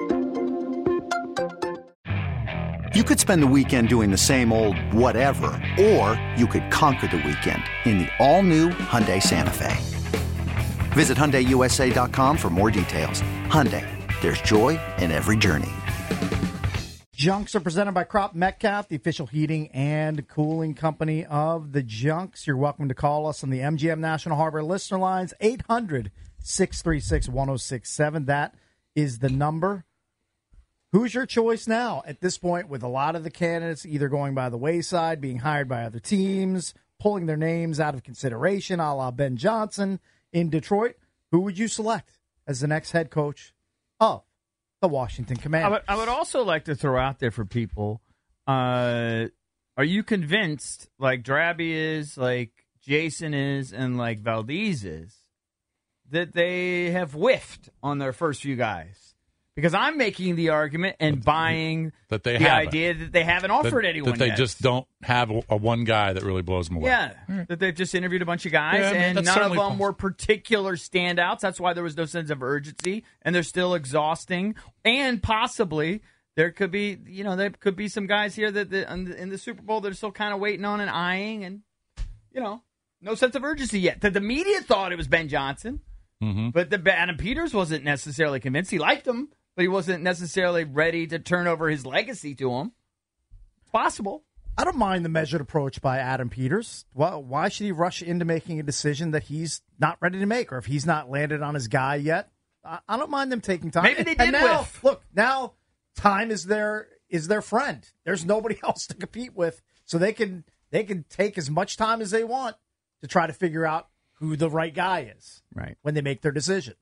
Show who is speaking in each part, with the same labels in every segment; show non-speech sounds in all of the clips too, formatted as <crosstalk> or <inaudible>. Speaker 1: You could spend the weekend doing the same old whatever, or you could conquer the weekend in the all-new Hyundai Santa Fe. Visit HyundaiUSA.com for more details. Hyundai, there's joy in every journey.
Speaker 2: Junks are presented by Crop Metcalf, the official heating and cooling company of the Junks. You're welcome to call us on the MGM National Harbor listener lines, 800 636 1067. That is the number. Who's your choice now at this point with a lot of the candidates either going by the wayside, being hired by other teams, pulling their names out of consideration, a la Ben Johnson in Detroit? Who would you select as the next head coach of the Washington
Speaker 3: I
Speaker 2: Commanders?
Speaker 3: would, I would also like to throw out there for people: uh, Are you convinced, like Drabby is, like Jason is, and like Valdez is, that they have whiffed on their first few guys? Because I'm making the argument and buying
Speaker 4: that they
Speaker 3: the
Speaker 4: haven't.
Speaker 3: idea that they haven't offered
Speaker 4: that,
Speaker 3: anyone
Speaker 4: that they
Speaker 3: yet.
Speaker 4: just don't have a, a one guy that really blows them away.
Speaker 3: Yeah, that they've just interviewed a bunch of guys,
Speaker 4: Yeah, I mean,
Speaker 3: and
Speaker 4: that's
Speaker 3: none of them
Speaker 4: certainly possible.
Speaker 3: were particular standouts. That's why there was no sense of urgency, and they're still exhausting. And possibly there could be, you know, there could be some guys here that, that in, the, in the Super Bowl they're still kind of waiting on and eyeing, and you know, no sense of urgency yet. That the media thought it was Ben Johnson,
Speaker 4: Mm-hmm.
Speaker 3: but the Adam Peters wasn't necessarily convinced. He liked him, but he wasn't necessarily ready to turn over his legacy to him. It's possible.
Speaker 2: I don't mind the measured approach by Adam Peters. Why, why should he rush into making a decision that he's not ready to make, or if he's not landed on his guy yet? I, I don't mind them taking time.
Speaker 3: Maybe they
Speaker 2: And
Speaker 3: did
Speaker 2: now,
Speaker 3: whiff.
Speaker 2: look, now time is their is their friend. There's nobody <laughs> else to compete with, so they can they can take as much time as they want to try to figure out who the right guy is
Speaker 3: Right.
Speaker 2: when they make their decision.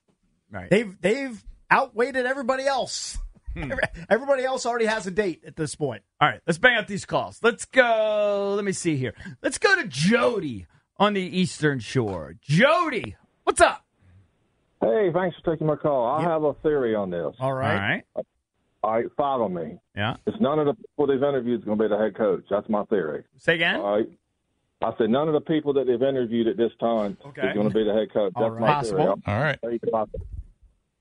Speaker 3: Right.
Speaker 2: They've they've outweighted everybody else. <laughs>
Speaker 3: Hmm.
Speaker 2: Everybody else already has a date at this point.
Speaker 3: All right, let's bang out these calls. Let's go. Let me see here. Let's go to Jody on the Eastern Shore. Jody, what's up?
Speaker 5: Hey, thanks for taking my call. I have a theory on this.
Speaker 2: All right.
Speaker 3: All right.
Speaker 5: All right, follow me.
Speaker 3: Yeah.
Speaker 5: It's none of the people they've interviewed is going to be the head coach. That's my theory.
Speaker 3: Say again.
Speaker 5: All right. I said none of the people that they've interviewed at this time
Speaker 3: Okay.
Speaker 5: is going to be the head coach.
Speaker 2: All
Speaker 5: That's
Speaker 2: right.
Speaker 5: my theory.
Speaker 2: Possible.
Speaker 4: All right.
Speaker 5: I'll tell you about that.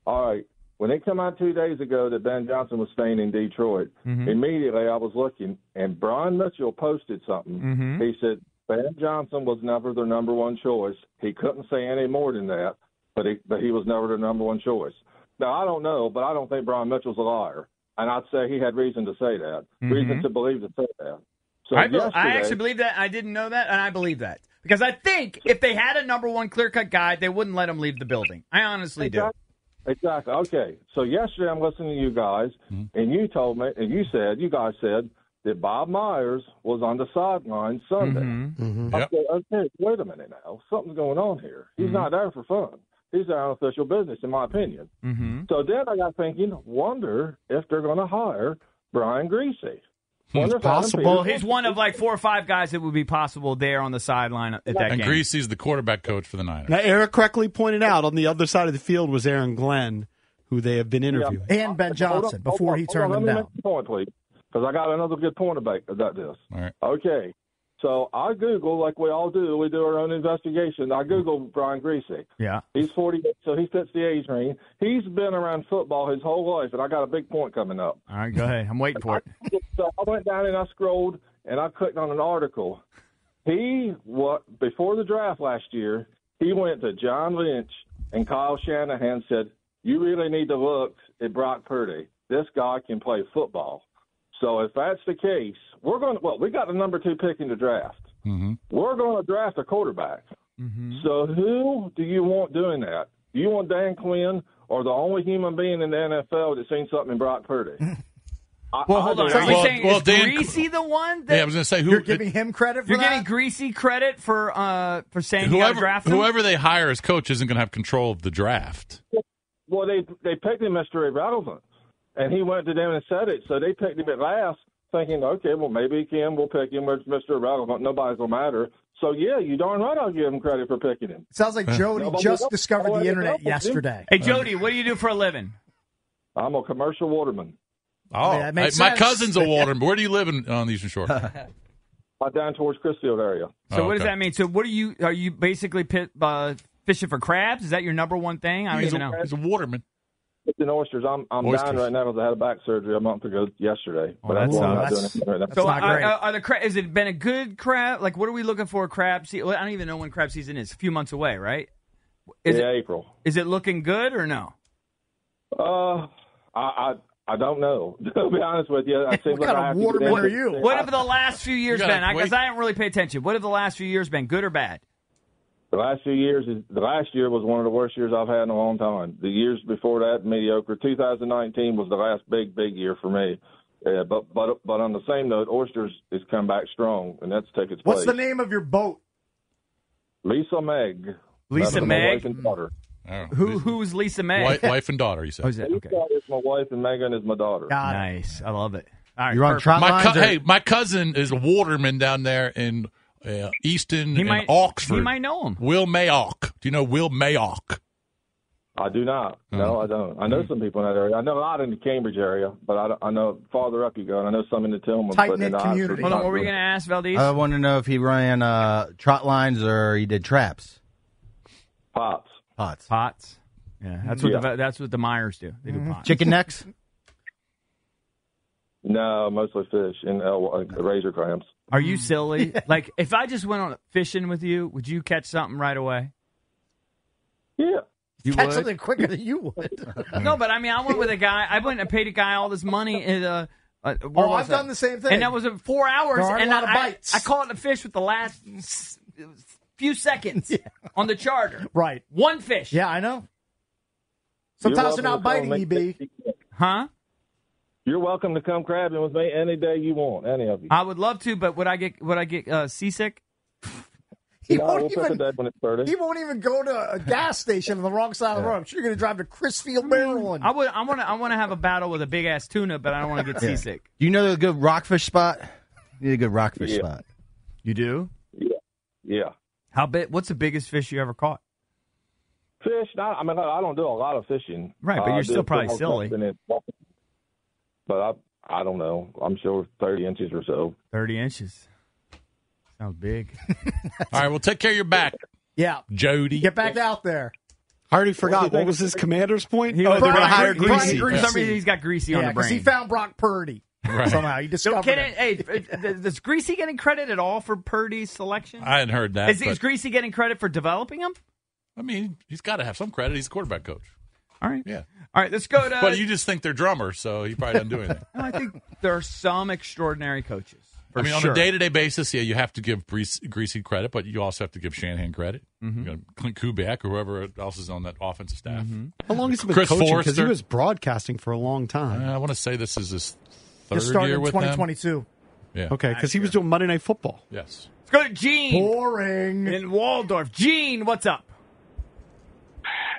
Speaker 5: All right. When it come out two days ago that Ben Johnson was staying in Detroit,
Speaker 2: Mm-hmm.
Speaker 5: immediately I was looking, and Brian Mitchell posted something.
Speaker 2: Mm-hmm.
Speaker 3: Mm-hmm.
Speaker 5: He said Ben Johnson was never their number one choice. He couldn't say any more than that, but he but he was never their number one choice. Now I don't know, but I don't think Brian Mitchell's a liar, and I'd say he had reason to say that, reason to believe to say that. So
Speaker 3: Mm-hmm. I, be- I
Speaker 5: yesterday-
Speaker 3: actually believe that. I didn't know that, and I believe that because I think if they had a number one clear cut guy, they wouldn't let him leave the building. I honestly do.
Speaker 5: Exactly. Okay. So yesterday I'm listening to you guys,
Speaker 3: Mm-hmm.
Speaker 5: and you told me, and you said, you guys said that Bob Myers was on the sideline Sunday. I
Speaker 4: Yep.
Speaker 5: said, okay, wait a minute now. Something's going on here. He's
Speaker 2: Mm-hmm.
Speaker 5: not there for fun. He's there on official business, in my opinion.
Speaker 3: Mm-hmm.
Speaker 5: So then I got thinking, wonder if they're going to hire Brian Greasy.
Speaker 4: Hmm.
Speaker 5: Wonder if Adam
Speaker 2: possible.
Speaker 5: Peters-
Speaker 3: Well, he's one of like four or five guys that would be possible there on the sideline at that
Speaker 4: And
Speaker 3: game.
Speaker 4: Greasy's the quarterback coach for the Niners.
Speaker 6: Now, Eric correctly pointed out on the other side of the field was Aaron Glenn, who they have been interviewing.
Speaker 2: and Ben
Speaker 5: Hold on,
Speaker 2: Johnson
Speaker 5: hold
Speaker 2: before
Speaker 5: on,
Speaker 2: he
Speaker 5: hold
Speaker 2: turned
Speaker 5: on.
Speaker 2: them
Speaker 5: Let me
Speaker 2: down.
Speaker 5: Make a point, please, because I got another good point about, about this.
Speaker 4: All right.
Speaker 5: Okay. So I Google, like we all do, we do our own investigation. I Google Brian Greasy.
Speaker 3: Yeah.
Speaker 5: He's 40, so he fits the age range. He's been around football his whole life, and I got a big point coming up.
Speaker 3: All right. Go ahead. I'm waiting for it.
Speaker 5: So I went down and I scrolled, and I clicked on an article. He, what before the draft last year, he went to John Lynch and Kyle Shanahan said, "You really need to look at Brock Purdy. This guy can play football." So if that's the case, we're going. to Well, we got the number two pick in the draft.
Speaker 3: Mm-hmm.
Speaker 5: We're going to draft a quarterback. So who do you want doing that? Do you want Dan Quinn or the only human being in the NFL that's seen something in Brock Purdy?
Speaker 3: <laughs>
Speaker 5: I-
Speaker 3: Well,
Speaker 5: I
Speaker 3: hold on.
Speaker 5: think-
Speaker 3: Are we
Speaker 4: Well,
Speaker 3: saying
Speaker 4: well,
Speaker 3: is
Speaker 4: Dan-
Speaker 3: Greasy the one that
Speaker 4: Yeah, I was going to say who
Speaker 2: You're giving him credit for
Speaker 3: You're
Speaker 2: that?
Speaker 3: getting greasy credit for uh for saying you gotta
Speaker 4: whoever
Speaker 3: draft him?
Speaker 4: whoever they hire as coach isn't going to have control of the draft.
Speaker 5: Well, they they picked him as irrelevant. and he went to them and said it. So they picked him at last, thinking, okay, well maybe Kim will pick him or Mr. Irrelevant. Nobody's gonna matter. So yeah, you darn right I'll give him credit for picking him.
Speaker 2: Sounds like Jody
Speaker 5: Yeah, but
Speaker 2: just
Speaker 5: we-
Speaker 2: discovered
Speaker 5: oh,
Speaker 2: the
Speaker 5: yeah,
Speaker 2: internet
Speaker 5: but we-
Speaker 2: yesterday.
Speaker 3: Hey, Jody, what do you do for a living?
Speaker 5: I'm a commercial waterman.
Speaker 4: Oh,
Speaker 2: Yeah, that makes
Speaker 4: my
Speaker 2: sense.
Speaker 3: <laughs>
Speaker 4: cousin's a Walden. Where do you live in, on the
Speaker 5: <laughs>
Speaker 4: Eastern Shore?
Speaker 5: I down towards Crisfield area.
Speaker 3: So
Speaker 4: Oh,
Speaker 3: what does
Speaker 4: okay.
Speaker 3: that mean? So what are you? Are you basically pit, uh, fishing for crabs? Is that your number one thing? I don't
Speaker 4: He's
Speaker 3: even
Speaker 4: a,
Speaker 3: know.
Speaker 4: he's a waterman.
Speaker 5: Fishing oysters. I'm I'm
Speaker 4: Oysters.
Speaker 5: dying right now because I had a back surgery a month ago yesterday.
Speaker 4: Oh, that
Speaker 5: why I'm
Speaker 2: sucks.
Speaker 5: not doing anything right now.
Speaker 3: So
Speaker 2: not
Speaker 3: are,
Speaker 2: great.
Speaker 3: Are, are the crab? Has it been a good crab? Like, what are we looking for? Crab season? I don't even know when crab season is. A few months away, right? Is
Speaker 5: yeah,
Speaker 3: it
Speaker 5: April.
Speaker 3: is it looking good or no?
Speaker 5: Uh, I, I I don't know. <laughs> to be honest with you, I
Speaker 2: <laughs>
Speaker 5: seems
Speaker 2: What
Speaker 5: like
Speaker 2: kind
Speaker 5: I
Speaker 2: of
Speaker 5: have to
Speaker 2: waterman
Speaker 5: get in-
Speaker 2: are you?
Speaker 3: What have the last few years
Speaker 4: You gotta
Speaker 3: been? I guess
Speaker 4: wait.
Speaker 3: I didn't really pay attention. What have the last few years been? Good or bad?
Speaker 5: The last few years, is, the last year was one of the worst years I've had in a long time. The years before that, mediocre. 2019 was the last big, big year for me. Yeah, but but but on the same note, oysters has come back strong, and that's taken its
Speaker 2: What's
Speaker 5: place.
Speaker 2: the name of your boat?
Speaker 5: Lisa Meg.
Speaker 3: Lisa
Speaker 5: That's my
Speaker 3: Meg?
Speaker 5: wife and daughter.
Speaker 4: I don't know.
Speaker 3: Who who's Lisa May?
Speaker 4: Wife, wife and daughter, you said.
Speaker 3: Oh, is that okay?
Speaker 5: Lisa is my wife, and Megan is my daughter.
Speaker 2: Got it.
Speaker 3: Nice. I love it. All right,
Speaker 7: You're on
Speaker 3: perfect.
Speaker 7: trot
Speaker 4: my
Speaker 7: lines.
Speaker 4: co-
Speaker 7: or-
Speaker 4: hey, my cousin is a waterman down there in uh, Easton
Speaker 3: He
Speaker 4: and
Speaker 3: might
Speaker 4: Oxford.
Speaker 3: He might know him.
Speaker 4: Will Mayock. Do you know Will Mayock?
Speaker 5: I do not.
Speaker 4: Oh.
Speaker 5: No, I don't. I know some people in that area. I know a lot in the Cambridge area, but I, don't- I know farther up you go, and I know some in the Tillman. but
Speaker 2: Tight-knit
Speaker 5: in the
Speaker 2: community.
Speaker 3: Hold on, what were you
Speaker 5: Oxford-
Speaker 3: going to ask, Valdez?
Speaker 7: I want to know if he ran uh, trot lines or he did traps.
Speaker 5: Pops.
Speaker 7: Pots.
Speaker 3: Pots. Yeah, that's what
Speaker 5: Yeah.
Speaker 3: the that's what the Myers do. They do
Speaker 2: Mm-hmm.
Speaker 3: pots.
Speaker 7: Chicken necks?
Speaker 5: No, mostly fish and el- uh, razor clams.
Speaker 3: Are
Speaker 2: <laughs>
Speaker 3: you silly? Like, if I just went on fishing with you, would you catch something right away?
Speaker 5: Yeah.
Speaker 3: You
Speaker 2: Catch
Speaker 3: would.
Speaker 2: something quicker than you would.
Speaker 3: <laughs> No, but I mean, I went with a guy. I went and paid a guy all this money. And, uh, uh, where
Speaker 2: Oh,
Speaker 3: was
Speaker 2: I've
Speaker 3: I?
Speaker 2: done the same thing.
Speaker 3: And that was uh, four hours.
Speaker 2: There aren't a
Speaker 3: and
Speaker 2: lot of
Speaker 3: I,
Speaker 2: bites.
Speaker 3: I, caught a fish with the last s-
Speaker 2: <laughs>
Speaker 3: few seconds on the charter.
Speaker 2: right.
Speaker 3: One fish.
Speaker 2: Yeah, I know. Sometimes they're
Speaker 5: You're welcome
Speaker 2: not
Speaker 5: to
Speaker 2: biting,
Speaker 5: come
Speaker 2: EB.
Speaker 5: make-
Speaker 3: Huh?
Speaker 5: You're welcome to come crabbing with me any day you want, any of you.
Speaker 3: I would love to, but would I get would I get uh, seasick?
Speaker 2: <laughs> He
Speaker 5: No, we'll
Speaker 2: won't
Speaker 5: pick a
Speaker 2: even.
Speaker 5: day when it's 30.
Speaker 2: He won't even go to a gas station on the wrong side of the road. I'm sure you're going to drive to Crisfield, Maryland.
Speaker 3: I would. I want to. I want to have a battle with a big ass tuna, but I don't
Speaker 2: <laughs>
Speaker 3: want to get seasick.
Speaker 7: Do you know the good rockfish spot? You need a good rockfish
Speaker 5: Yeah.
Speaker 7: spot.
Speaker 3: You do?
Speaker 5: Yeah.
Speaker 3: How big? What's the biggest fish you ever caught?
Speaker 5: Fish, not, I mean, I I don't do a lot of fishing.
Speaker 3: Right, but
Speaker 5: Uh,
Speaker 3: you're
Speaker 5: I do
Speaker 3: still probably
Speaker 5: some
Speaker 3: silly.
Speaker 5: something in- But I, I don't know. I'm sure 30 inches or so.
Speaker 3: Thirty inches. Sounds big.
Speaker 4: All right, well, take care of your back,
Speaker 2: yeah.
Speaker 4: Jody.
Speaker 2: Get back out there.
Speaker 6: I already forgot. What was his commander's point?
Speaker 3: He
Speaker 6: oh,
Speaker 3: was
Speaker 6: they're going to
Speaker 3: Brian
Speaker 6: hire
Speaker 3: Gre- Brian
Speaker 6: Greasy.
Speaker 3: Gre- For some reason, he's got greasy on
Speaker 2: Yeah,
Speaker 3: the
Speaker 2: because
Speaker 3: brain.
Speaker 2: he found Brock Purdy somehow. He discovered
Speaker 3: Can
Speaker 2: him.
Speaker 3: it, hey, th- does Greasy getting credit at all for Purdy's selection?
Speaker 4: I hadn't heard that.
Speaker 3: is, is
Speaker 4: but-
Speaker 3: Greasy getting credit for developing him?
Speaker 4: I mean, he's got to have some credit. He's a quarterback coach.
Speaker 3: All right,
Speaker 4: Yeah.
Speaker 3: all right. Let's go to.
Speaker 4: <laughs> But you just think they're drummers, so he probably doesn't
Speaker 3: <laughs>
Speaker 4: do anything.
Speaker 3: I think there are some extraordinary coaches. For
Speaker 4: I mean,
Speaker 3: sure.
Speaker 4: on a day to day basis, yeah, you have to give Grease, Greasy credit, but you also have to give Shanahan credit.
Speaker 3: Mm-hmm.
Speaker 4: You know, Clint Kubiak, or whoever else is on that offensive staff.
Speaker 3: Mm-hmm.
Speaker 6: How long has he been
Speaker 4: Chris
Speaker 6: coaching? Because he
Speaker 4: Forrester.
Speaker 6: was broadcasting for a long time.
Speaker 4: Uh, I want to say this is his third
Speaker 2: Just started
Speaker 4: year
Speaker 2: in
Speaker 4: with them.
Speaker 2: 2022.
Speaker 4: Yeah.
Speaker 6: Okay, because he was doing Monday Night Football.
Speaker 4: Yes.
Speaker 3: Let's go to Gene
Speaker 2: Boring.
Speaker 3: in Waldorf. Gene, what's up?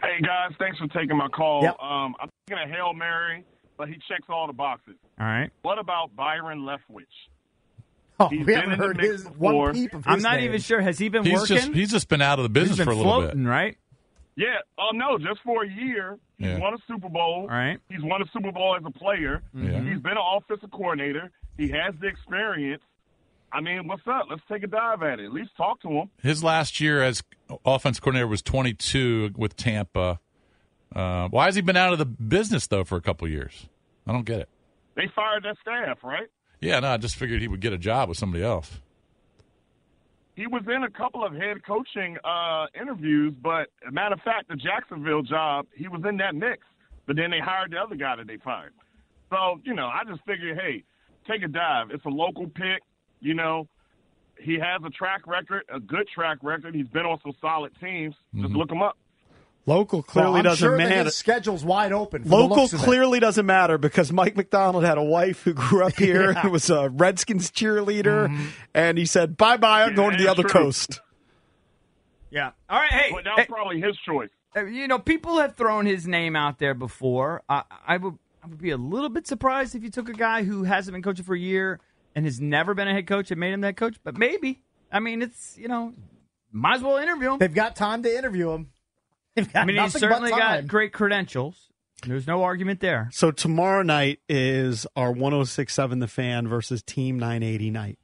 Speaker 8: Hey guys, thanks for taking my call.
Speaker 2: Yep.
Speaker 8: Um, I'm thinking a hail mary, but he checks all the boxes.
Speaker 3: All right.
Speaker 8: What about Byron Leftwich?
Speaker 2: Oh,
Speaker 8: He's
Speaker 2: we
Speaker 8: been
Speaker 2: haven't
Speaker 8: in the
Speaker 2: heard
Speaker 8: mix
Speaker 2: his
Speaker 8: before.
Speaker 2: one peep of his
Speaker 3: I'm not
Speaker 2: name.
Speaker 3: even sure. Has he been
Speaker 4: He's
Speaker 3: working?
Speaker 4: just he's just been out of the
Speaker 3: He's
Speaker 4: business
Speaker 3: been
Speaker 4: for a little
Speaker 3: floating, right?
Speaker 8: Yeah. Oh no, just for a year. He's
Speaker 4: Yeah.
Speaker 8: won a Super Bowl.
Speaker 3: All right.
Speaker 8: He's won a Super Bowl as a player.
Speaker 4: Yeah.
Speaker 8: He's been an offensive coordinator. He has the experience. I mean, what's up? Let's take a dive at it. At least talk to him.
Speaker 4: bit. His last year as offense coordinator was 22 with Tampa. Uh, why has he been out of the business though for a couple years? I don't get it.
Speaker 8: They fired that staff, right?
Speaker 4: Yeah, no, I just figured he would get a job with somebody else.
Speaker 8: He was in a couple of head coaching uh, interviews, but a matter of fact, the Jacksonville job, he was in that mix. But then they hired the other guy that they fired. So you know, I just figured, hey, take a dive. It's a local pick. You know, he has a track record, a good track record. He's been on some solid teams. Just look him up.
Speaker 6: Local
Speaker 2: Well,
Speaker 6: clearly
Speaker 2: I'm
Speaker 6: doesn't
Speaker 2: sure that
Speaker 6: matter.
Speaker 2: His schedule's wide open. For the
Speaker 6: Local
Speaker 2: looks of it.
Speaker 6: clearly doesn't matter because Mike McDonald had a wife who grew up here who was a Redskins cheerleader, and he said, "Bye bye, I'm
Speaker 8: Yeah,
Speaker 6: going to the
Speaker 8: that's
Speaker 6: other
Speaker 8: true.
Speaker 6: coast."
Speaker 3: Yeah. All right. Hey,
Speaker 8: But that
Speaker 3: hey,
Speaker 8: was probably his choice.
Speaker 3: Uh, you know, people have thrown his name out there before. I, I would I would be a little bit surprised if you took a guy who hasn't been coaching for a year and has never been a head coach and made him that coach. But maybe. I mean, it's you know, might as well interview him.
Speaker 2: They've got time to interview him. <laughs> They've got <laughs>
Speaker 3: I mean, he's
Speaker 2: nothing but
Speaker 3: certainly got
Speaker 2: time.
Speaker 3: great credentials. There's no argument there.
Speaker 6: So tomorrow night is our 1067 The Fan versus Team 980 night.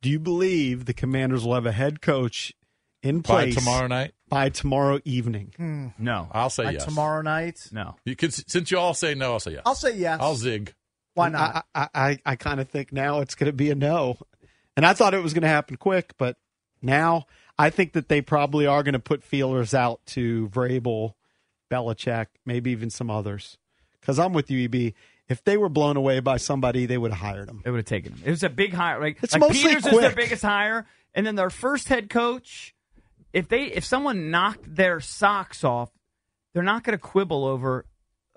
Speaker 6: Do you believe the Commanders will have a head coach in
Speaker 4: By
Speaker 6: place
Speaker 4: tomorrow night,
Speaker 6: by tomorrow evening?
Speaker 3: No,
Speaker 4: I'll say
Speaker 2: By
Speaker 4: yes.
Speaker 2: Hmm. tomorrow night.
Speaker 3: no.
Speaker 4: You could, since you all say no, I'll say yes.
Speaker 2: I'll say yes.
Speaker 4: I'll zig.
Speaker 2: Why not?
Speaker 6: I, I, I, I kind of think now it's going to be a no. And I thought it was going to happen quick, but now I think that they probably are going to put feelers out to Vrabel, Belichick, maybe even some others. Because I'm with you, EB. If they were blown away by somebody, they would have hired him.
Speaker 3: They would have taken him. It was a big hire. Like,
Speaker 6: It's
Speaker 3: like
Speaker 6: mostly
Speaker 3: Peters is their
Speaker 6: quick.
Speaker 3: biggest hire, and then their first head coach. If they if someone knocked their socks off, they're not going to quibble over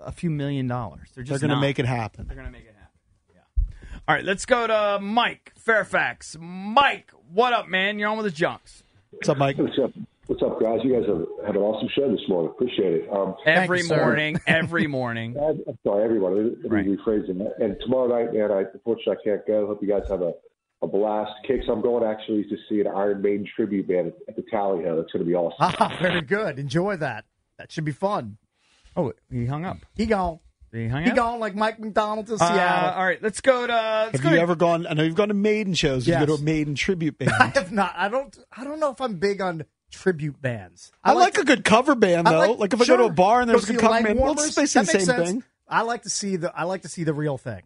Speaker 3: a few million dollars. They're
Speaker 6: They're
Speaker 3: just
Speaker 6: going to
Speaker 3: not.
Speaker 6: make it happen.
Speaker 3: They're going to make it happen. Yeah. All right, let's go to Mike Fairfax. Mike, what up, man? You're on with the Junks
Speaker 6: What's up, Mike?
Speaker 9: What's up? What's up, guys? You guys have, have an awesome show this morning. Appreciate it. Um,
Speaker 3: every
Speaker 2: you, sir. <laughs>
Speaker 3: morning. Every morning.
Speaker 9: I- <laughs> I'm sorry, everyone. Let me
Speaker 3: Right.
Speaker 9: rephrase it. And tomorrow night, man, I, unfortunately, I can't go. Hope you guys have a, a blast. Kicks, I'm going actually to see an Iron Maiden tribute band at, at the Tally Ho. That's going to be awesome.
Speaker 2: Ah, very good. Enjoy that. That should be fun.
Speaker 3: Oh, he hung up.
Speaker 2: He gone.
Speaker 3: He hung
Speaker 2: He
Speaker 3: up.
Speaker 2: gone like Mike McDonald to
Speaker 3: Uh,
Speaker 2: Seattle.
Speaker 3: all right, let's go to. Let's
Speaker 6: Have
Speaker 3: go
Speaker 6: you
Speaker 3: to-
Speaker 6: ever gone? I know you've gone to Maiden shows. Did You go
Speaker 2: Yes.
Speaker 6: to a Maiden
Speaker 2: <laughs>
Speaker 6: tribute band.
Speaker 2: I have not. I don't. I don't know if I'm big on tribute bands.
Speaker 6: I, like, a good cover band
Speaker 2: I
Speaker 6: though. Like, if I go to
Speaker 2: sure.
Speaker 6: a bar and there's a
Speaker 2: see
Speaker 6: good cover
Speaker 2: Leg
Speaker 6: band, well,
Speaker 2: Warmers.
Speaker 6: it's basically
Speaker 2: That
Speaker 6: the
Speaker 2: makes
Speaker 6: same
Speaker 2: sense.
Speaker 6: thing. Mm-hmm.
Speaker 2: I like to see the. I like to see the real thing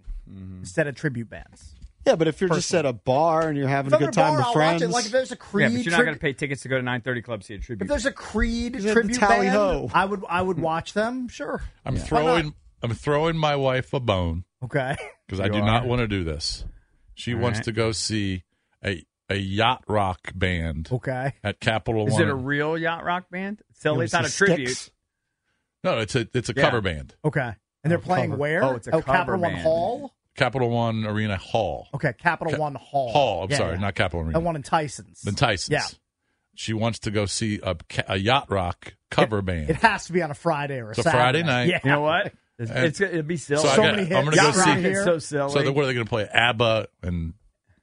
Speaker 2: instead of tribute bands.
Speaker 6: Yeah, but if you're just at a bar and you're having
Speaker 2: If
Speaker 6: a
Speaker 2: I'm
Speaker 6: good
Speaker 2: at a bar,
Speaker 6: time with
Speaker 2: I'll
Speaker 6: friends,
Speaker 2: Watch it. Like if there's a
Speaker 3: yeah,
Speaker 2: Creed.
Speaker 3: but you're not
Speaker 2: tri-
Speaker 3: going to pay tickets to go to 9:30 Club see a
Speaker 2: if
Speaker 3: tribute.
Speaker 2: there's a Creed
Speaker 6: the
Speaker 2: tribute
Speaker 6: Tally
Speaker 2: band,
Speaker 6: Ho.
Speaker 2: I would. I would watch them. Sure.
Speaker 4: I'm
Speaker 2: Why
Speaker 4: throwing. I'm throwing my wife a bone
Speaker 2: not?
Speaker 4: <laughs>
Speaker 2: Okay.
Speaker 4: because I
Speaker 3: You
Speaker 4: do
Speaker 3: are.
Speaker 4: not want to do this. She wants
Speaker 3: right.
Speaker 4: to go see a a yacht rock band
Speaker 2: Okay.
Speaker 4: at Capital
Speaker 3: Is
Speaker 4: One.
Speaker 3: it a real yacht rock band?
Speaker 6: It
Speaker 3: Still,
Speaker 6: was
Speaker 3: it's not
Speaker 6: the
Speaker 3: a tribute.
Speaker 6: Styx.
Speaker 4: no, it's a it's a
Speaker 3: Yeah.
Speaker 4: cover band.
Speaker 2: Okay. And they're
Speaker 6: Oh,
Speaker 2: playing
Speaker 6: cover.
Speaker 2: where?
Speaker 3: Oh, it's a cover
Speaker 2: Capital One
Speaker 3: band.
Speaker 2: Hall.
Speaker 4: Capital One Arena Hall.
Speaker 2: Okay, Capital
Speaker 4: Ca-
Speaker 2: One Hall.
Speaker 4: Hall. I'm
Speaker 2: Yeah,
Speaker 4: sorry,
Speaker 2: yeah.
Speaker 4: not Capital Arena.
Speaker 2: that one in Tyson's.
Speaker 4: Then Tyson's.
Speaker 2: Yeah.
Speaker 4: She wants to go see a, ca- a yacht rock cover band.
Speaker 2: It has to be on a Friday or a
Speaker 4: It's a
Speaker 2: Saturday.
Speaker 4: Friday night.
Speaker 2: Yeah.
Speaker 3: You know what? It's, it's it'd be silly.
Speaker 4: So I
Speaker 2: So
Speaker 4: got-
Speaker 2: many hits.
Speaker 4: I'm gonna
Speaker 3: Yacht
Speaker 4: go
Speaker 2: Yacht
Speaker 3: rock
Speaker 4: see.
Speaker 2: Rock.
Speaker 3: is so silly.
Speaker 4: So then what are they going to play? ABBA and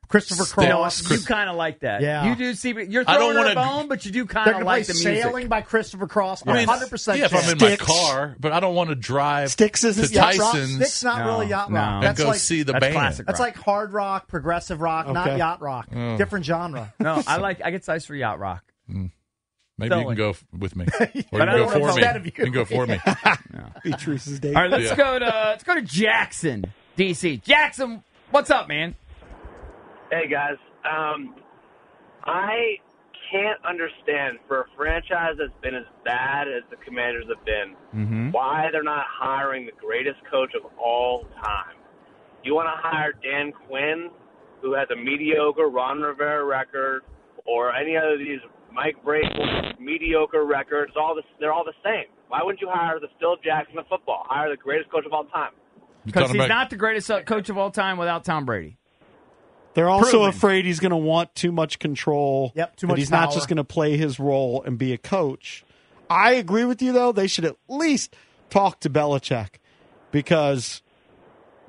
Speaker 2: Christopher
Speaker 4: Sticks.
Speaker 2: Cross.
Speaker 3: you kind of like that.
Speaker 2: Yeah.
Speaker 3: You do see, but you're
Speaker 4: I
Speaker 3: throwing
Speaker 4: don't
Speaker 3: her a
Speaker 4: wanna-
Speaker 3: bone, but you do kind
Speaker 2: They're
Speaker 3: of
Speaker 2: gonna
Speaker 3: like
Speaker 2: play
Speaker 3: the music.
Speaker 2: Sailing by Christopher Cross. I'm 100%
Speaker 4: yeah, if I'm in
Speaker 2: sure.
Speaker 4: my
Speaker 6: Sticks.
Speaker 4: car, but I don't want to drive
Speaker 6: Sticks isn't
Speaker 4: to
Speaker 6: yacht
Speaker 2: rock.
Speaker 4: Tyson's
Speaker 2: Sticks not
Speaker 3: No,
Speaker 2: really yacht
Speaker 3: no.
Speaker 2: rock.
Speaker 4: and
Speaker 2: That's
Speaker 4: go
Speaker 2: like
Speaker 4: see the
Speaker 3: that's
Speaker 4: band.
Speaker 3: classic.
Speaker 2: that's like hard rock, progressive rock, not
Speaker 6: Okay.
Speaker 2: yacht rock.
Speaker 4: Oh.
Speaker 2: Different genre.
Speaker 3: <laughs> No, I like. I get size for yacht rock.
Speaker 4: Maybe you
Speaker 3: Silly.
Speaker 4: can go f-
Speaker 2: <laughs>
Speaker 4: with me, or you
Speaker 3: I
Speaker 4: can go
Speaker 3: don't wanna
Speaker 4: for me.
Speaker 2: instead of you.
Speaker 4: You can go
Speaker 2: <laughs>
Speaker 4: for me.
Speaker 6: Beatrice's date.
Speaker 3: All right, let's
Speaker 4: Yeah.
Speaker 3: go to let's go to Jackson, DC. Jackson, what's up, man?
Speaker 10: Hey guys, um, I can't understand for a franchise that's been as bad as the Commanders have been, why they're not hiring the greatest coach of all time. You want to hire Dan Quinn, who has a mediocre Ron Rivera record, or any other of these Mike Vrabel mediocre records? All this, they're all the same. Why wouldn't you hire the Phil Jackson of football? Hire the greatest coach of all time.
Speaker 4: You
Speaker 3: Because
Speaker 4: talking
Speaker 3: he's
Speaker 4: about-
Speaker 3: not the greatest uh, coach of all time without Tom Brady.
Speaker 6: <laughs> They're also
Speaker 3: Proven.
Speaker 6: afraid he's going to want too much control.
Speaker 2: Yep, too
Speaker 6: that
Speaker 2: much
Speaker 6: He's
Speaker 2: power.
Speaker 6: not just going to play his role and be a coach. I agree with you though. They should at least talk to Belichick because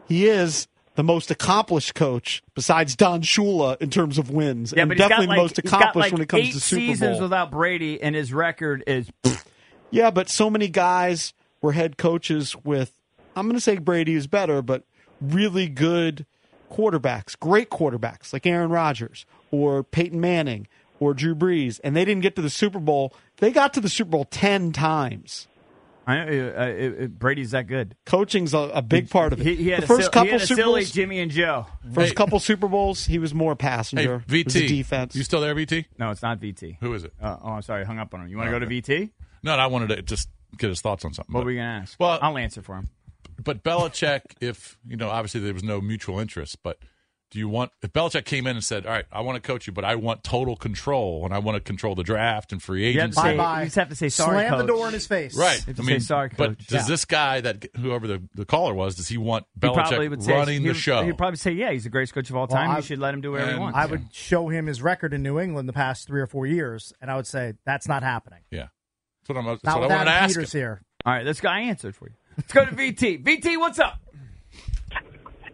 Speaker 6: he is the most accomplished coach besides Don Shula in terms of wins,
Speaker 3: Yeah,
Speaker 6: and
Speaker 3: but he's
Speaker 6: definitely
Speaker 3: got like,
Speaker 6: the most
Speaker 3: he's got
Speaker 6: accomplished
Speaker 3: like
Speaker 6: when it comes
Speaker 3: eight
Speaker 6: to Super
Speaker 3: seasons
Speaker 6: Bowl.
Speaker 3: without Brady, and his record is
Speaker 6: Yeah, but so many guys were head coaches with, I'm going to say Brady is better, but really good quarterbacks, great quarterbacks like Aaron Rodgers or Peyton Manning or Drew Brees, and they didn't get to the Super Bowl. They got to the Super Bowl 10 times.
Speaker 3: I, uh, uh, uh, Brady's that good.
Speaker 6: Coaching's a, a big part of it.
Speaker 3: He, he had
Speaker 6: the
Speaker 3: a
Speaker 6: first
Speaker 3: sil-
Speaker 6: couple
Speaker 3: he had a
Speaker 6: Super
Speaker 3: silly
Speaker 6: Bowls,
Speaker 3: Jimmy and Joe.
Speaker 6: first
Speaker 4: Hey.
Speaker 6: couple Super Bowls, he was more
Speaker 4: Hey,
Speaker 6: passenger. It was
Speaker 4: VT,
Speaker 6: a defense.
Speaker 4: you still there, VT?
Speaker 3: No, it's not VT.
Speaker 4: Who is it?
Speaker 3: Uh, oh, I'm sorry, I hung up on him. You want to go to VT?
Speaker 4: No, no, I wanted to just get his thoughts on something.
Speaker 3: What
Speaker 4: but,
Speaker 3: were you gonna ask?
Speaker 4: Well-
Speaker 3: I'll answer for him.
Speaker 4: but Belichick, <laughs> if you know, obviously there was no mutual interest, but do you want if Belichick came in and said, "All right, I want to coach you, but I want total control and I want to control the draft and free
Speaker 3: You have to
Speaker 4: agency."
Speaker 3: say,
Speaker 2: Bye-bye.
Speaker 3: you just have to say sorry.
Speaker 2: Slam
Speaker 3: coach.
Speaker 2: the door in his face.
Speaker 4: Right.
Speaker 3: have to say, "Sorry,
Speaker 4: But
Speaker 3: coach."
Speaker 4: does
Speaker 3: Yeah.
Speaker 4: this guy that whoever the, the caller was, does he want
Speaker 3: He
Speaker 4: Belichick
Speaker 3: probably would say,
Speaker 4: running
Speaker 3: he
Speaker 4: the
Speaker 3: would-
Speaker 4: show?
Speaker 3: He'd probably say, "Yeah, he's the greatest coach of all time.
Speaker 2: I-
Speaker 3: you should let him do whatever he
Speaker 4: And-
Speaker 3: wants."
Speaker 2: I would show him his record in New England the past three or four years, and I would say that's not happening.
Speaker 4: yeah, that's what I'm. That's
Speaker 2: Not
Speaker 4: what I
Speaker 2: with
Speaker 4: wanted to
Speaker 2: Adam
Speaker 4: ask.
Speaker 2: Peters
Speaker 4: him.
Speaker 2: here.
Speaker 3: All right, this guy answered for you. Let's go to VT. VT, what's up?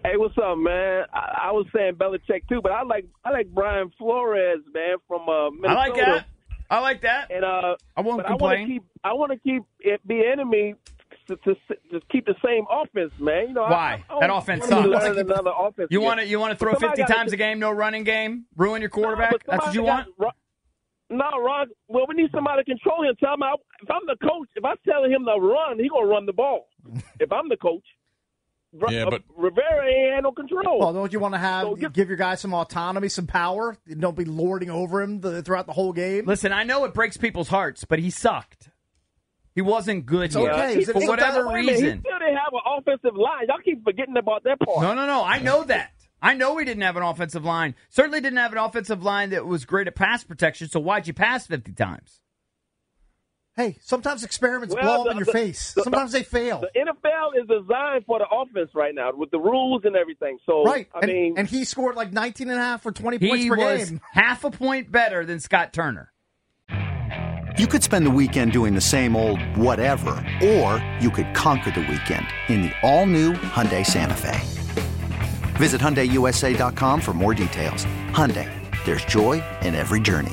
Speaker 11: Hey, what's up, man? I, I was saying Belichick too, but I like I like Brian Flores, man, from uh, Minnesota.
Speaker 3: I like that. I like that.
Speaker 11: And uh,
Speaker 3: I won't
Speaker 11: but I
Speaker 3: complain.
Speaker 11: want to keep I want to keep it the enemy to, to, to keep the same offense, man. You know I-
Speaker 3: Why?
Speaker 11: I, I
Speaker 3: that
Speaker 11: wanna-
Speaker 3: offense
Speaker 11: I wanna
Speaker 3: sucks.
Speaker 11: learn another offense.
Speaker 3: You
Speaker 11: Yeah.
Speaker 3: want to you want to throw
Speaker 11: But somebody
Speaker 3: fifty
Speaker 11: gotta-
Speaker 3: times a game, no running game, ruin your quarterback.
Speaker 11: but
Speaker 3: That's what you want.
Speaker 11: somebody got- No, Ron. Well, we need somebody to control him. Tell him I, if I'm the coach, if I'm telling him to run, he gonna run the
Speaker 3: <laughs>
Speaker 11: ball. if I'm the coach, Ru-
Speaker 2: Yeah,
Speaker 11: uh,
Speaker 2: but-
Speaker 11: Rivera ain't had no control.
Speaker 2: Well, don't you want to have give your guys some autonomy, some power? and Don't be lording over him the, throughout the whole game.
Speaker 3: Listen, I know it breaks people's hearts, but he sucked. He wasn't good
Speaker 2: It's
Speaker 3: yet.
Speaker 2: okay. He's
Speaker 3: for
Speaker 2: an inside-
Speaker 3: whatever
Speaker 11: Wait a minute,
Speaker 3: reason.
Speaker 11: he still didn't have an offensive line. Y'all keep forgetting about that part.
Speaker 3: No, no, no. I know that. I know we didn't have an offensive line. Certainly didn't have an offensive line that was great at pass protection. So why'd you pass fifty times?
Speaker 2: Hey, sometimes experiments
Speaker 11: Well,
Speaker 2: blow up
Speaker 11: the-
Speaker 2: in your
Speaker 11: the-
Speaker 2: face.
Speaker 11: the-
Speaker 2: sometimes they fail.
Speaker 11: The NFL is designed for the offense right now with the rules and everything. So
Speaker 2: right.
Speaker 11: I
Speaker 2: and,
Speaker 11: mean,
Speaker 2: and he scored like 19 and a half or 20 points
Speaker 3: He
Speaker 2: per
Speaker 3: was
Speaker 2: game.
Speaker 3: half a point better than Scott Turner.
Speaker 1: You could spend the weekend doing the same old whatever, or you could conquer the weekend in the all-new Hyundai Santa Fe. Visit HyundaiUSA.com for more details. Hyundai, there's joy in every journey.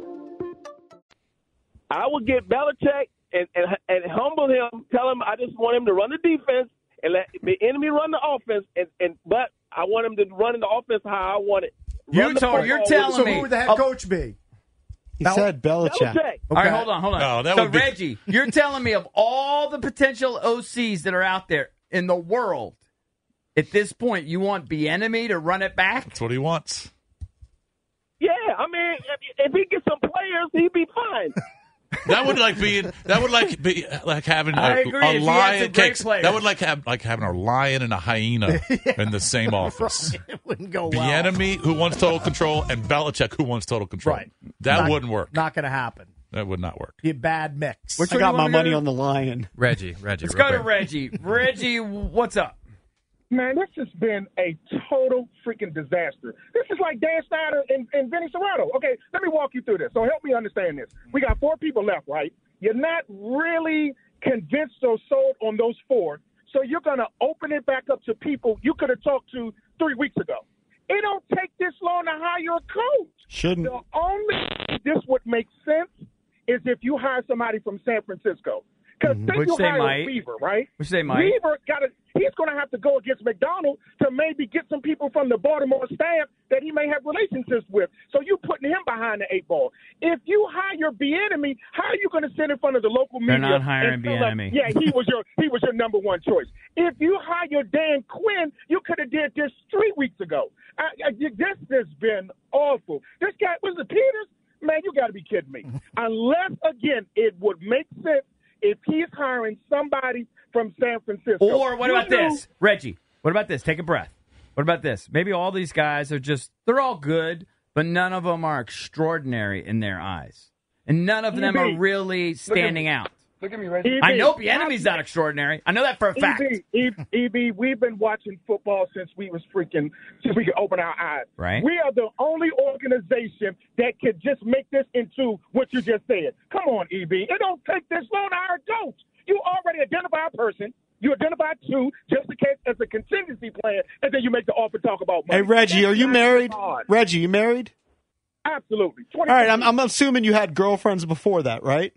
Speaker 11: I would get Belichick and, and and humble him. Tell him I just want him to run the defense and let the enemy run the offense. And, and but I want him to run the offense how I want it.
Speaker 3: You
Speaker 11: Run the
Speaker 3: told-
Speaker 11: football
Speaker 3: you're
Speaker 11: with-
Speaker 3: telling Oh.
Speaker 2: so who would the head coach be?
Speaker 6: He said Belichick.
Speaker 3: All right, hold on, hold on.
Speaker 6: No, Oh, that
Speaker 3: so
Speaker 6: would be-
Speaker 3: Reggie, you're telling me of all the potential OCs that are out there in the world, at this point, you want Bienemy to run it back? That's
Speaker 4: what he wants.
Speaker 11: Yeah, I mean, if, if he gets some players, he'd be fine.
Speaker 4: That would like be that would like be like having
Speaker 11: I
Speaker 4: a,
Speaker 11: agree,
Speaker 4: a
Speaker 11: if you had
Speaker 4: lion.
Speaker 11: some great
Speaker 4: cakes.
Speaker 11: players.
Speaker 4: That would like have like having a lion and a hyena in the same office.
Speaker 2: <laughs> It wouldn't go well.
Speaker 4: The enemy who wants total control and Belichick who wants total control. Right. That
Speaker 2: Not-
Speaker 4: wouldn't work.
Speaker 2: Not going to happen.
Speaker 4: That would not work.
Speaker 2: Be a bad mix.
Speaker 6: I got my money on the lion.
Speaker 12: Reggie, Reggie.
Speaker 3: Let's
Speaker 12: real
Speaker 3: go to
Speaker 12: quick.
Speaker 3: Reggie. Reggie, what's up?
Speaker 13: Man, this has been a total freaking disaster. This is like Dan Snyder and, and Vinny Serrato. Okay, let me walk you through this. So help me understand this. We got four people left, right? You're not really convinced or sold on those four, so you're going to open it back up to people you could have talked to three weeks ago. It don't take this long to hire a coach.
Speaker 6: Shouldn't.
Speaker 13: The only this would make sense is if you hire somebody from San Francisco. Because
Speaker 3: Mhm.
Speaker 13: say
Speaker 3: Which
Speaker 13: you
Speaker 3: they
Speaker 13: hire
Speaker 3: might.
Speaker 13: Weaver, right?
Speaker 3: Which they might.
Speaker 13: Weaver got to. He's going to have to go against McDonald to maybe get some people from the Baltimore staff that he may have relationships with. So you putting him behind the eight ball. If you hire Bienemy, how are you going to sit in front of the local
Speaker 3: They're
Speaker 13: media?
Speaker 3: not hiring
Speaker 13: and feel like,
Speaker 3: Bieniemy.
Speaker 13: yeah, he was your he was your number one choice. If you hire Dan Quinn, you could have did this three weeks ago. I, I, this has been awful. This guy was it Peters. Man, you got to be kidding me. Unless again, it would make sense if he's hiring somebody from San Francisco.
Speaker 3: Or what
Speaker 13: You
Speaker 3: about
Speaker 13: knew-
Speaker 3: this? Reggie, what about this? Take a breath. What about this? Maybe all these guys are just, they're all good, but none of them are extraordinary in their eyes. And none of them are
Speaker 13: EB.
Speaker 3: really standing out.
Speaker 13: Look at me,
Speaker 3: Reggie. I know Bienemy's not extraordinary. I know that for
Speaker 13: E
Speaker 3: a fact.
Speaker 13: EB, EB, E we've been watching football since we was freaking since we could open our eyes.
Speaker 3: Right.
Speaker 13: We are the only organization that could just make this into what you just said. Come on, EB. It don't take this long to hire a coach. You already identify a person. You identify two just in case as a contingency plan, and then you make the offer talk about money.
Speaker 6: Hey Reggie, are
Speaker 13: That's
Speaker 6: you
Speaker 13: not
Speaker 6: married?
Speaker 13: hard.
Speaker 6: Reggie, you married?
Speaker 13: Absolutely.
Speaker 6: All right, I'm, I'm assuming you had girlfriends before that, right?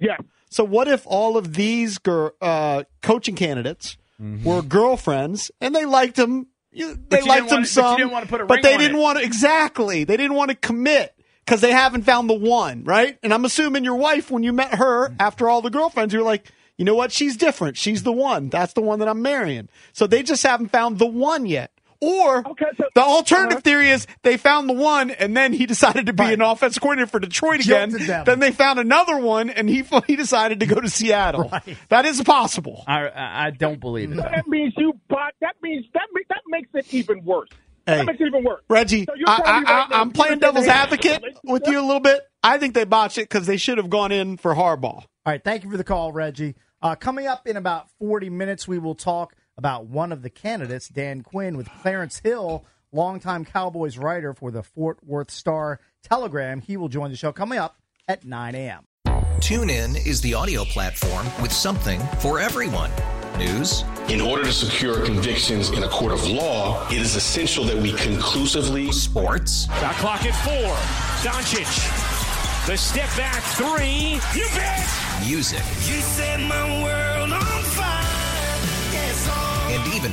Speaker 13: Yeah.
Speaker 6: So what if all of these gir- uh, coaching candidates were girlfriends and they liked him you,
Speaker 3: Mm-hmm. But
Speaker 6: they
Speaker 3: you
Speaker 6: liked him
Speaker 3: didn't wanna- but you
Speaker 6: some,
Speaker 3: didn't wanna put a
Speaker 6: but
Speaker 3: ring
Speaker 6: they
Speaker 3: on
Speaker 6: didn't
Speaker 3: it.
Speaker 6: want to exactly. They didn't want to commit because they haven't found the one, right? And I'm assuming your wife, when you met her after all the girlfriends, you were like, you know what? She's different. She's the one. That's the one that I'm marrying. So they just haven't found the one yet. Or the
Speaker 13: uh-huh.
Speaker 6: alternative theory is they found the one, and then he decided to be an offensive coordinator for Detroit again.
Speaker 2: Jilted them.
Speaker 6: Then they found another one, and he <laughs> he decided to go to Seattle. That is possible.
Speaker 3: I, I don't believe it.
Speaker 13: That means you bought. That means that ma- that makes it even worse.
Speaker 6: Hey,
Speaker 13: that makes it even worse.
Speaker 6: Reggie,
Speaker 13: So you're
Speaker 6: I,
Speaker 13: telling me
Speaker 6: I,
Speaker 13: right now
Speaker 6: I, am
Speaker 13: you
Speaker 6: playing
Speaker 13: think they
Speaker 6: devil's
Speaker 13: have a
Speaker 6: advocate with you a little bit. I think they botched it because they should have gone in for Harbaugh.
Speaker 2: All right, thank you for the call, Reggie. Uh, coming up in about 40 minutes, we will talk about one of the candidates, Dan Quinn, with Clarence Hill, longtime Cowboys writer for the Fort Worth Star Telegram. He will join the show coming up at 9 a.m.
Speaker 14: TuneIn is the audio platform with something for everyone. News,
Speaker 15: In order to secure convictions in a court of law, it is essential that we conclusively.
Speaker 14: Sports.
Speaker 16: The clock at four. Doncic. The step back three. You bet.
Speaker 14: music,
Speaker 16: You set my world on fire.
Speaker 14: and even